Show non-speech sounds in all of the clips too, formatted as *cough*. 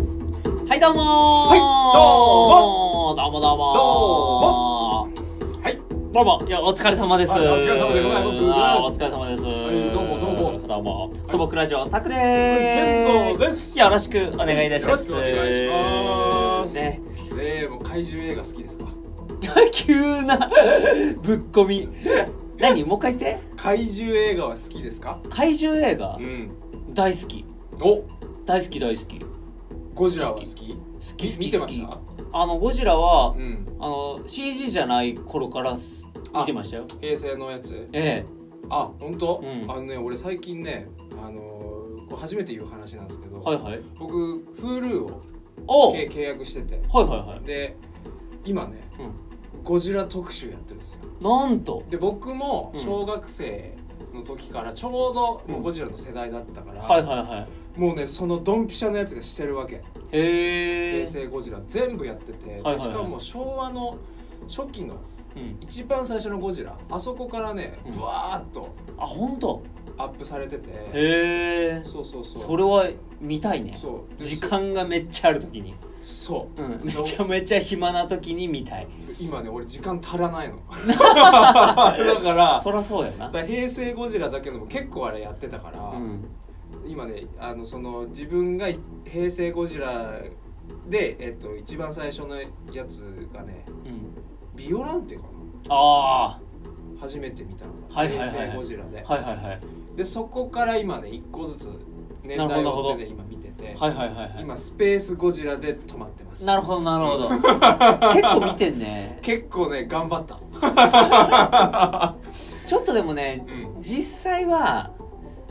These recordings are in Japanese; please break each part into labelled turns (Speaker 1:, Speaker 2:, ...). Speaker 1: どうもーどうもどうもどう
Speaker 2: はい
Speaker 1: も
Speaker 2: はい
Speaker 1: どうもいや、お疲れ様です。
Speaker 2: はいお疲れ様でございます
Speaker 1: あーお疲れ様です。
Speaker 2: いどうもどうも
Speaker 1: どうも。素朴ラジオ、タクで
Speaker 2: ケント
Speaker 1: ー
Speaker 2: です
Speaker 1: よろしくお願いいたします。
Speaker 2: よろしくお願いします
Speaker 1: ね。 *laughs*
Speaker 2: えー、もう怪獣映画好きですか
Speaker 1: 急な *laughs* ぶっこみ。何もう一回言って。
Speaker 2: 怪獣映画は好きですか
Speaker 1: 怪獣映画
Speaker 2: ん
Speaker 1: 大好き。
Speaker 2: お
Speaker 1: 大好き大好き。好
Speaker 2: ゴジラは好き
Speaker 1: き好
Speaker 2: 見
Speaker 1: き
Speaker 2: て
Speaker 1: 好
Speaker 2: まし
Speaker 1: き
Speaker 2: た。
Speaker 1: あの、ゴジラは
Speaker 2: う、ん
Speaker 1: あの CG じゃない頃からす
Speaker 2: あ
Speaker 1: 見てましたよ
Speaker 2: 平成のやつ
Speaker 1: え
Speaker 2: あ本当、
Speaker 1: うん
Speaker 2: あのね俺最近ねあのーこれ初めて言う話なんですけど、
Speaker 1: えはいはい
Speaker 2: 僕 Hulu を
Speaker 1: おうは
Speaker 2: け
Speaker 1: い
Speaker 2: 契約してて
Speaker 1: はいはい
Speaker 2: で今ね
Speaker 1: う
Speaker 2: ゴジラ特集やってるんですよ
Speaker 1: んなんと
Speaker 2: で僕も
Speaker 1: うん
Speaker 2: 小学生の時からちょうどもううんゴジラの世代だったから、
Speaker 1: はいはいは
Speaker 2: もうねそのドンピシャのやつがしてるわけ
Speaker 1: いへえ
Speaker 2: 平成ゴジラ全部やってて、で
Speaker 1: はいはい
Speaker 2: しかも昭和の初期の
Speaker 1: うん
Speaker 2: 一番最初のゴジラあそこからね
Speaker 1: うん
Speaker 2: ブワーっと
Speaker 1: あ本当
Speaker 2: アップされてて、
Speaker 1: へえ
Speaker 2: そうそうそう
Speaker 1: それは見たいね
Speaker 2: そうで
Speaker 1: 時間がめっちゃある時に
Speaker 2: そ
Speaker 1: うん
Speaker 2: で
Speaker 1: めちゃめちゃ暇な時に見たいう
Speaker 2: 今ね俺時間足ら
Speaker 1: *laughs*
Speaker 2: ないのだから
Speaker 1: そらそうやな
Speaker 2: だから平成ゴジラだけでも結構あれやってたから、
Speaker 1: うん
Speaker 2: 今ねあのその自分が平成ゴジラで、えっと、一番最初のやつがね
Speaker 1: うん
Speaker 2: ビオランテかな
Speaker 1: あ
Speaker 2: 初めて見たのが、
Speaker 1: はいはいはい
Speaker 2: 平成ゴジラで、
Speaker 1: あはいはいはい
Speaker 2: でそこから今ね一個ずつ年
Speaker 1: なるほ
Speaker 2: 代
Speaker 1: ど
Speaker 2: を追ってね今見てて、
Speaker 1: はいはいはいは
Speaker 2: 今スペースゴジラで止まってます
Speaker 1: いなるほどなるほど *laughs* 結構見てんね
Speaker 2: 結構ね頑張った
Speaker 1: ちょっとでもね
Speaker 2: うん
Speaker 1: 実際は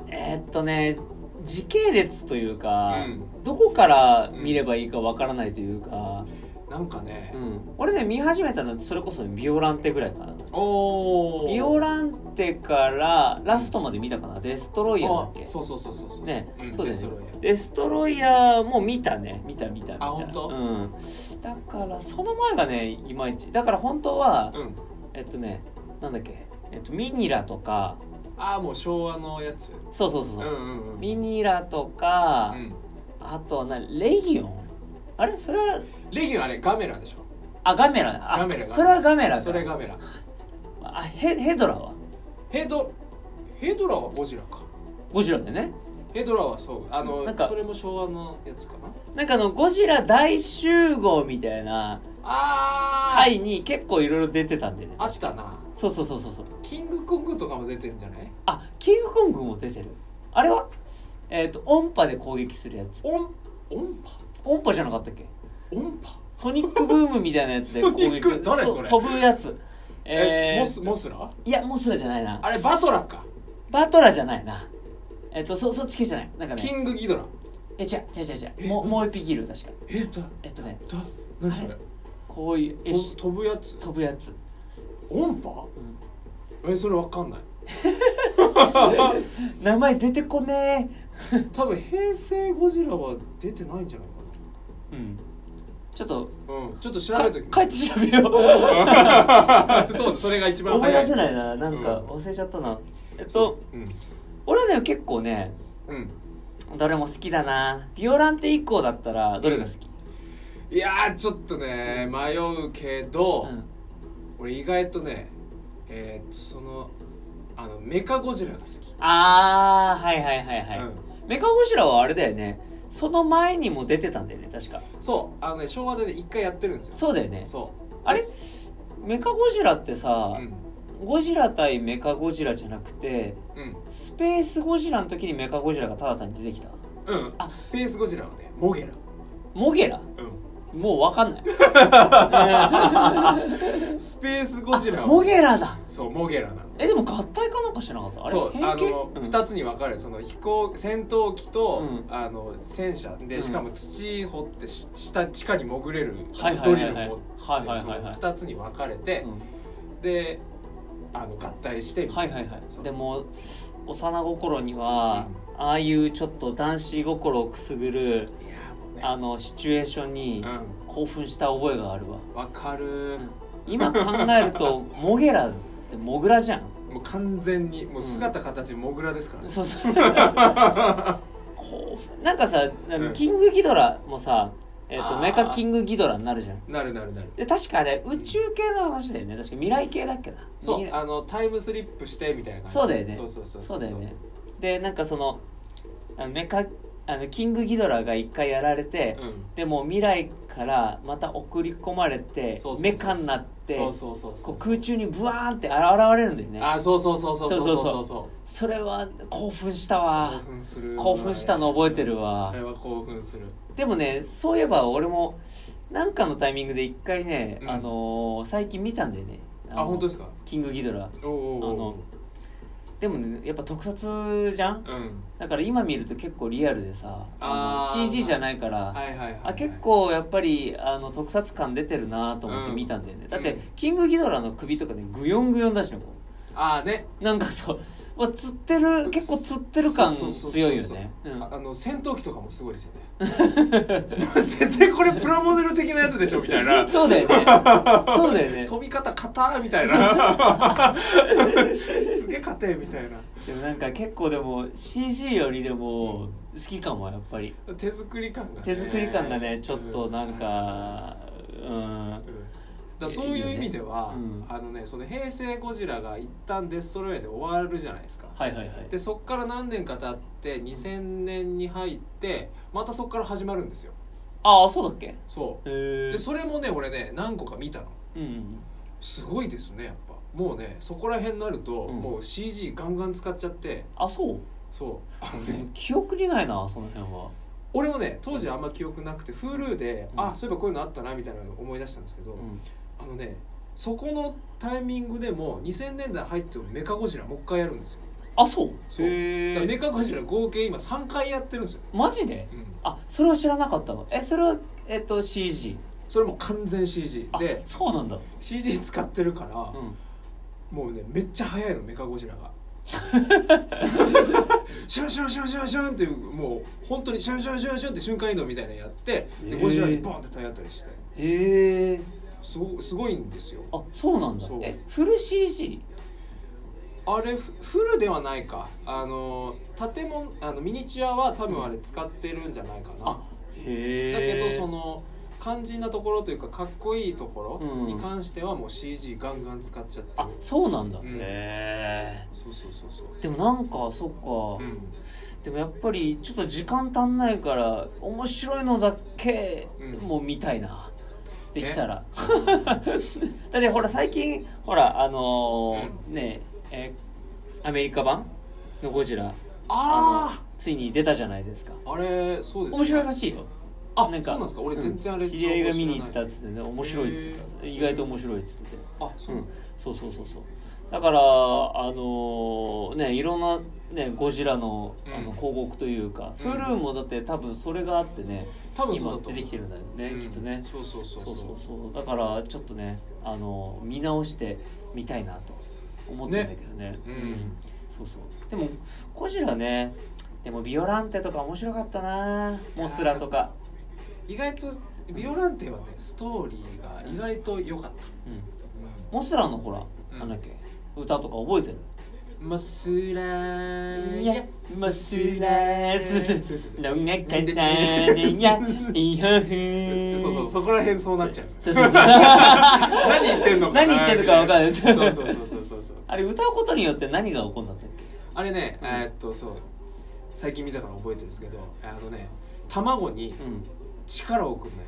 Speaker 1: えーっとね時系列というか、
Speaker 2: うん
Speaker 1: どこから見ればいいかわからないというか、
Speaker 2: なんかね、
Speaker 1: うん俺ね見始めたのそれこそビオランテぐらいかな
Speaker 2: おお
Speaker 1: ビオランテからラストまで見たかなデストロイヤーだっけ
Speaker 2: そうそうそうそうそう
Speaker 1: ね
Speaker 2: ん
Speaker 1: そうだよね
Speaker 2: デストロイヤー
Speaker 1: デストロイヤーも見たね見た見た見た
Speaker 2: あ本当
Speaker 1: うん、だからその前がねいまいちだから本当は、
Speaker 2: うん
Speaker 1: えっとねなんだっけ、えっと、ミニラとか
Speaker 2: ああもう昭和のやつ
Speaker 1: そうそうそう
Speaker 2: う
Speaker 1: そ
Speaker 2: ん
Speaker 1: う、
Speaker 2: うんうん
Speaker 1: ミニラとか、
Speaker 2: うん
Speaker 1: あとはなレギオンあれそれは
Speaker 2: レギュンあれガメラでしょ
Speaker 1: あガメラだあ
Speaker 2: ガメラガメラ
Speaker 1: それはガメラだ
Speaker 2: それガメラ
Speaker 1: あヘヘドラは
Speaker 2: ヘドヘドラはゴジラか
Speaker 1: ゴジラだよね
Speaker 2: ヘドラはそうあの
Speaker 1: なんか
Speaker 2: それも昭和のやつかな
Speaker 1: なんかあのゴジラ大集合みたいな
Speaker 2: ああ
Speaker 1: 回に結構いろいろ出てたんでね
Speaker 2: あったな
Speaker 1: そうそうそうそうそう
Speaker 2: キングコングとかも出てるんじゃない
Speaker 1: あキングコングも出てるあれはえっ、と音波で攻撃するやつ
Speaker 2: 音音波
Speaker 1: 音波じゃなかったっけ
Speaker 2: 音波
Speaker 1: ソニックブームみたいなやつで攻
Speaker 2: *laughs* ソニ
Speaker 1: 撃
Speaker 2: ック誰
Speaker 1: う
Speaker 2: それ
Speaker 1: 飛ぶやつえー
Speaker 2: モスモスラ
Speaker 1: いやモスラじゃないな
Speaker 2: あれバトラか
Speaker 1: バトラじゃないなえっ、とそそっち系じゃないなんかね
Speaker 2: キングギドラ
Speaker 1: え違う違う違う違うもうもう一匹いる確か
Speaker 2: えだ
Speaker 1: えっとね
Speaker 2: だ何それ
Speaker 1: こういうえ
Speaker 2: と
Speaker 1: し
Speaker 2: 飛ぶやつ
Speaker 1: 飛ぶやつ
Speaker 2: 音波えそれわかんない
Speaker 1: 名前出てこね
Speaker 2: 多分平成ゴジラは出てないんじゃない
Speaker 1: えうんちょっと
Speaker 2: かなうんちょっと調
Speaker 1: か
Speaker 2: べ
Speaker 1: 帰っ
Speaker 2: とき
Speaker 1: て調べよ
Speaker 2: すそうそれが一
Speaker 1: う
Speaker 2: 番
Speaker 1: 思い
Speaker 2: 早い
Speaker 1: 出せないななんか
Speaker 2: うん
Speaker 1: 忘れちゃったなえっ
Speaker 2: そ
Speaker 1: と
Speaker 2: ううん
Speaker 1: 俺ね結構ね
Speaker 2: うん
Speaker 1: どれも好きだなビオランテ以降だったらどれが好き
Speaker 2: いやーちょっとね迷うけど
Speaker 1: うん
Speaker 2: 俺意外とねえーっとそのあのメカゴジラが好き
Speaker 1: ああはいはいはいはい、
Speaker 2: うん
Speaker 1: メカゴジラはあれだよねその前にも出てたんだよね確か
Speaker 2: そうあのね昭和でね一回やってるんですよ
Speaker 1: そうだよね
Speaker 2: そう
Speaker 1: あれメカゴジラってさ、
Speaker 2: うん
Speaker 1: ゴジラ対メカゴジラじゃなくて
Speaker 2: うん
Speaker 1: スペースゴジラの時にメカゴジラがただ単に出てきた
Speaker 2: うん
Speaker 1: あ
Speaker 2: スペースゴジラはねモゲラ
Speaker 1: モゲラ
Speaker 2: う
Speaker 1: もうわ
Speaker 2: *laughs*
Speaker 1: かんない
Speaker 2: んスペースゴジラは
Speaker 1: モゲラだ
Speaker 2: そうモゲラなの
Speaker 1: えでも合体かなんかしてなかったあれ
Speaker 2: そう
Speaker 1: 変
Speaker 2: あ
Speaker 1: 形
Speaker 2: の、
Speaker 1: うん
Speaker 2: 2つに分かれるその飛行戦闘機と、
Speaker 1: う
Speaker 2: あの戦車
Speaker 1: う
Speaker 2: で
Speaker 1: ん
Speaker 2: しかも土掘ってし下地下に潜れる
Speaker 1: はいはい
Speaker 2: ド
Speaker 1: はい
Speaker 2: リ
Speaker 1: はい
Speaker 2: ルを持
Speaker 1: は
Speaker 2: っ
Speaker 1: い
Speaker 2: て
Speaker 1: はい
Speaker 2: そ
Speaker 1: はいは
Speaker 2: の
Speaker 1: い
Speaker 2: 2つに分かれて、であの合体して
Speaker 1: うんはいはいはいで
Speaker 2: も
Speaker 1: も幼心には、ああいうちょっと男子心をくすぐる
Speaker 2: いやもうね
Speaker 1: あのシチュエーションに
Speaker 2: う
Speaker 1: 興奮した覚えがあるわ
Speaker 2: ん分かる、
Speaker 1: 今考えるとモゲラってモグラじゃん
Speaker 2: もう完全にもう姿形モグラですからね、
Speaker 1: そうそう興奮なんかさあの
Speaker 2: うん
Speaker 1: キングギドラもさえっ、
Speaker 2: あ
Speaker 1: と
Speaker 2: ー
Speaker 1: メカキングギドラになるじゃん
Speaker 2: なるなるなる
Speaker 1: で確かあれ宇宙系の話だよね確か未来系だっけな
Speaker 2: そう
Speaker 1: 未来
Speaker 2: あのタイムスリップしてみたいな感じ
Speaker 1: そうだよね
Speaker 2: そうそうそう
Speaker 1: そうだよねでなんかそのあのメカあのキングギドラが一回やられて、
Speaker 2: うん
Speaker 1: でも未来からまた送り込まれて
Speaker 2: そうそうそう
Speaker 1: メカになって
Speaker 2: そうそうそうそ
Speaker 1: こ
Speaker 2: う
Speaker 1: う空中にブワーンって現れるんだよね
Speaker 2: あそうそうそうそうそうそうそ
Speaker 1: そ
Speaker 2: うそうう
Speaker 1: それは興奮したわ
Speaker 2: 興奮する
Speaker 1: 興奮したの覚えてるわ
Speaker 2: あれは興奮する
Speaker 1: でもねそういえば俺もなんかのタイミングで一回ね、
Speaker 2: うん
Speaker 1: あのー最近見たんだよね
Speaker 2: あ本当です
Speaker 1: か
Speaker 2: か
Speaker 1: キングギドラ
Speaker 2: おうおうおう
Speaker 1: あのでもねやっぱ特撮じゃん
Speaker 2: うん
Speaker 1: だから今見ると結構リアルでさ
Speaker 2: あー
Speaker 1: の CG じゃないから、
Speaker 2: はいはいはいはい
Speaker 1: あ結構やっぱりあの特撮感出てるなと思って見たんだよね、
Speaker 2: うん
Speaker 1: だって、
Speaker 2: うん
Speaker 1: キングギドラの首とかねグヨングヨンだしねこ
Speaker 2: ああね
Speaker 1: うなんかそう、まあ、釣ってる結構釣ってる感
Speaker 2: そうそうそうそう
Speaker 1: 強いよねうん
Speaker 2: ああの戦闘機とかもすごい
Speaker 1: *laughs*
Speaker 2: ですよね絶対これプラモデル的なやつでしょみたいな
Speaker 1: そうだよねそうだよね
Speaker 2: 飛び方硬みた
Speaker 1: *laughs*
Speaker 2: いなすげえ硬いみたいな
Speaker 1: でもなんか結構でも CG よりでも好きかもやっぱり
Speaker 2: 手作り感がね
Speaker 1: 手作り感がねちょっとなんかうん
Speaker 2: うんだからそういう意味では、
Speaker 1: いいよね
Speaker 2: あのねその平成ゴジラが一旦デストロイヤーで終わるじゃないですか、
Speaker 1: はいはいはい
Speaker 2: でそっから何年か経って2000年に入ってまたそっから始まるんですよ
Speaker 1: ああそうだっけへ
Speaker 2: そう
Speaker 1: え
Speaker 2: でそれもね俺ね何個か見たの
Speaker 1: うん
Speaker 2: すごいですねやっぱもうねそこら辺になると、
Speaker 1: うん
Speaker 2: もう CG ガンガン使っちゃって
Speaker 1: あそう
Speaker 2: そうあの
Speaker 1: で
Speaker 2: ね
Speaker 1: も記憶にないなその辺は
Speaker 2: 俺もね当時あんま記憶なくて Hulu で、
Speaker 1: うん
Speaker 2: あそういえばこういうのあったなみたいなのを思い出したんですけど、
Speaker 1: うん
Speaker 2: あのねそこのタイミングでも2000年代入ってもメカゴジラもう一回やるんですよ
Speaker 1: あそう
Speaker 2: そうだから
Speaker 1: へ
Speaker 2: メ
Speaker 1: え
Speaker 2: カゴジラ合計今3回やってるんですよね、
Speaker 1: マジで
Speaker 2: うん
Speaker 1: あそれは知らなかったわえそれはえっと CG
Speaker 2: それも完全 CG
Speaker 1: あ
Speaker 2: で
Speaker 1: そうなんだ
Speaker 2: CG 使ってるから、
Speaker 1: うん
Speaker 2: もうねめっちゃ速いのメカゴジラ
Speaker 1: *laughs*
Speaker 2: がシュンシュンシュンシュンシュンっていうもう本当にシュンシュンシュンシュンって瞬間移動みたいなのやって
Speaker 1: へ
Speaker 2: で
Speaker 1: ー
Speaker 2: ゴジラにボンって体当たりして
Speaker 1: へえ
Speaker 2: すごすごいんですよ
Speaker 1: あそうなんだ
Speaker 2: そう
Speaker 1: えフル CG
Speaker 2: あれフフルではないかあの建物あのミニチュアは多分あれ使ってるんじゃないかな
Speaker 1: あへえ
Speaker 2: だけどその肝心なところというかかっこいいところに関してはもう CG ガンガン使っちゃって
Speaker 1: あ
Speaker 2: る、
Speaker 1: そうなんだ、へ
Speaker 2: うん
Speaker 1: え
Speaker 2: そうそうそうそう
Speaker 1: でもなんかそっか、
Speaker 2: うん
Speaker 1: でもやっぱりちょっと時間足んないから面白いのだけ
Speaker 2: うん
Speaker 1: もう見たいな、
Speaker 2: ね
Speaker 1: できたら *laughs* だってほら最近ほらあのーねえーアメリカ版のゴジラ
Speaker 2: あ
Speaker 1: のついに出たじゃないですか
Speaker 2: ああれそうですね
Speaker 1: 面白いらしいよ
Speaker 2: あそうなんですか俺全然あれ
Speaker 1: うん知り合いが見に行ったっつってね面白いっつってた
Speaker 2: へー
Speaker 1: 意外と面白いっつってて
Speaker 2: あそうう、
Speaker 1: ん、そうそうそうそうだからあのーねいろんな、ね、ゴジラのあの
Speaker 2: うん
Speaker 1: 広告というか、
Speaker 2: うん
Speaker 1: Hulu もだって多分それがあってね
Speaker 2: 多分そう
Speaker 1: 今
Speaker 2: だと
Speaker 1: 出てきてるんだよね、
Speaker 2: うん
Speaker 1: きっとね
Speaker 2: そうそうそう
Speaker 1: そ
Speaker 2: そうう
Speaker 1: そうそうだからちょっとね、あのー見直してみたいなと思ってるんだけどね
Speaker 2: うん
Speaker 1: そうそうでもゴジラねでもビオランテとか面白かったなモスラとか、
Speaker 2: 意外とビオランテはねストーリーが意外と良かった、
Speaker 1: うん、モスラのほら、
Speaker 2: うん
Speaker 1: なんだっけ歌とか覚えてる
Speaker 2: マスラー
Speaker 1: いや、もうすらず
Speaker 2: そうそう、
Speaker 1: のがかなにや、いやふー。
Speaker 2: そうそうそこら辺そうなっちゃう
Speaker 1: そうそうそう
Speaker 2: *laughs* 何言ってんのかな
Speaker 1: 何言ってんのか分かんない
Speaker 2: そうそうそうそうそうそう
Speaker 1: あれ、歌うことによって何が起こんだったっ
Speaker 2: あれね、
Speaker 1: うん
Speaker 2: えーっとそう最近見たから覚えてるんですけどあのね卵に
Speaker 1: けうん。
Speaker 2: 力を送るのよ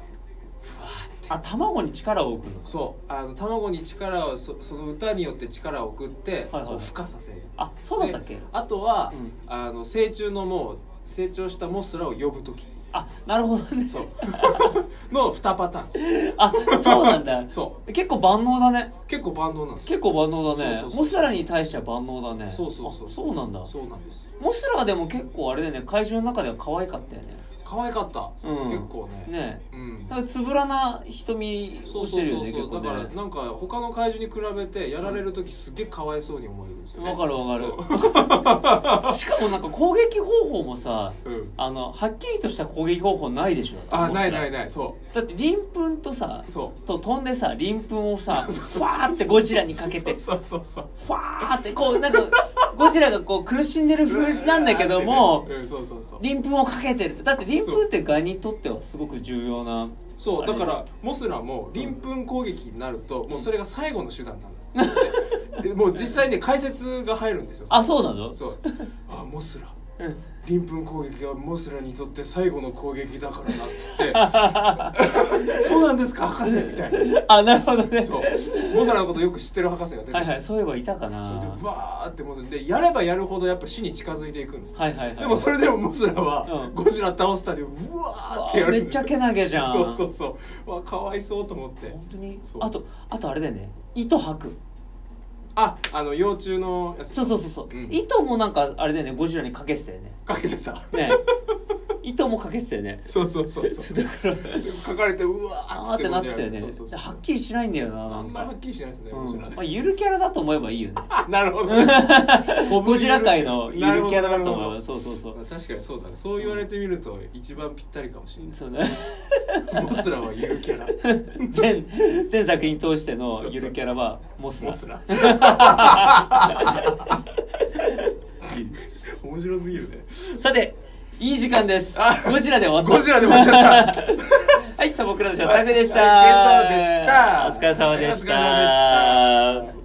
Speaker 1: あ、卵に力を置くのか。
Speaker 2: そうあの卵に力をそその歌によって力を送って、
Speaker 1: はいはい
Speaker 2: こう孵化させる
Speaker 1: あ、そうだったっけ
Speaker 2: であとは、
Speaker 1: うん
Speaker 2: あの成虫のもう成長したモスラを呼ぶ時
Speaker 1: あ、なるほどね。
Speaker 2: そうの2パターンです
Speaker 1: あ、そうなんだ。
Speaker 2: そ
Speaker 1: 結構万能だね。
Speaker 2: う結構万能なんですよ
Speaker 1: 結構万能だね
Speaker 2: そうそう。そう
Speaker 1: モスラに対しては万能だね。
Speaker 2: そうそうそう
Speaker 1: あそうなんだ。
Speaker 2: そうなんですよ
Speaker 1: モスラはでも結構あれだよね、会場の中では可愛かったよね。
Speaker 2: 可愛かった、
Speaker 1: うん
Speaker 2: 結構ね
Speaker 1: ね
Speaker 2: うん
Speaker 1: だからつぶらな瞳
Speaker 2: そう
Speaker 1: 落
Speaker 2: そ
Speaker 1: ち
Speaker 2: う
Speaker 1: るよ
Speaker 2: そう
Speaker 1: ね、
Speaker 2: そ
Speaker 1: 結
Speaker 2: う、
Speaker 1: 構
Speaker 2: だから
Speaker 1: ね。
Speaker 2: なんか他の怪獣に比べてやられる時すげえかわいそうに思えるんですよね
Speaker 1: わかるわ
Speaker 2: *laughs*
Speaker 1: かるしかもなんか攻撃方法もさ
Speaker 2: うん
Speaker 1: あのはっきりとした攻撃方法ないでしょ
Speaker 2: あないない
Speaker 1: い
Speaker 2: ないそう
Speaker 1: だって鱗粉とさ
Speaker 2: そう
Speaker 1: と飛んでさ鱗粉をさ
Speaker 2: そうそう
Speaker 1: フ
Speaker 2: そう
Speaker 1: ァーってゴジラにかけて
Speaker 2: そうそうそうそう
Speaker 1: ファーってこうなんかゴジラがこう苦しんでる風なんだけども
Speaker 2: うんそうそうそう
Speaker 1: 鱗粉をかけてるだって鱗粉ってガにとってはすごく重要な
Speaker 2: そ
Speaker 1: あ
Speaker 2: う
Speaker 1: れで
Speaker 2: だからモスラも鱗粉攻撃になるともうそれが最後の手段なんです *laughs* でもう実際ね解説が入るんですよ
Speaker 1: あそうなの
Speaker 2: そうあモスラ
Speaker 1: うん
Speaker 2: 鱗粉攻撃はモスラにとって最後の攻撃だからなっつって *laughs* 「そうなんですか博士」みたいな
Speaker 1: *laughs* あなるほどね
Speaker 2: そうモスラのことよく知ってる博士が出てく
Speaker 1: はい
Speaker 2: る
Speaker 1: はいそういえばいたかな
Speaker 2: それでわーってモスラでやればやるほどやっぱ死に近づいていくんですよ
Speaker 1: はいはいはい
Speaker 2: でもそれでもモスラは
Speaker 1: うん
Speaker 2: ゴジラ倒すたびうわーってやるん
Speaker 1: め
Speaker 2: ですよ
Speaker 1: っちゃけなげじゃん
Speaker 2: そうそうそうわかわいそうと思って
Speaker 1: 本当に
Speaker 2: そう
Speaker 1: あとあとあれだよね糸吐く
Speaker 2: ああの幼虫のやつ
Speaker 1: そうそうそうそう、
Speaker 2: うん
Speaker 1: 糸もなんかあれだよねゴジラにかけてたよね
Speaker 2: かけてた *laughs*
Speaker 1: ね糸もかけてたよね
Speaker 2: そうそうそうそ
Speaker 1: そううだから
Speaker 2: 書かれてうわー
Speaker 1: あーってなってたよね
Speaker 2: そうそうそう
Speaker 1: はっきりしないんだよな
Speaker 2: あ
Speaker 1: なんん
Speaker 2: まり
Speaker 1: か
Speaker 2: はっきりしないですね、
Speaker 1: う
Speaker 2: ゴ
Speaker 1: ん
Speaker 2: ジ
Speaker 1: ま
Speaker 2: ラ
Speaker 1: あ、ゆるキャラだと思えばいいよね
Speaker 2: あ *laughs* なるほど *laughs* 飛ぶ
Speaker 1: *laughs* ゴジラ界のゆるキャラだと
Speaker 2: なる
Speaker 1: 思
Speaker 2: ほ
Speaker 1: えば
Speaker 2: ど
Speaker 1: そうそうそう
Speaker 2: 確かにそうだねそう言われてみると一番ぴったりかもしれ
Speaker 1: そうね *laughs*
Speaker 2: ないモスラはゆるキャラ
Speaker 1: 全全作品通してのゆるキャラはモスラ
Speaker 2: *laughs* モ
Speaker 1: *laughs*
Speaker 2: スラ *laughs* 面白すぎるね
Speaker 1: さていい時間です
Speaker 2: あ
Speaker 1: ゴジラで終わった
Speaker 2: ゴジラで終わっちゃった
Speaker 1: *laughs* はいサボクラのショータクでした、
Speaker 2: はい健三でした
Speaker 1: お疲れ様でした
Speaker 2: お疲れ様でした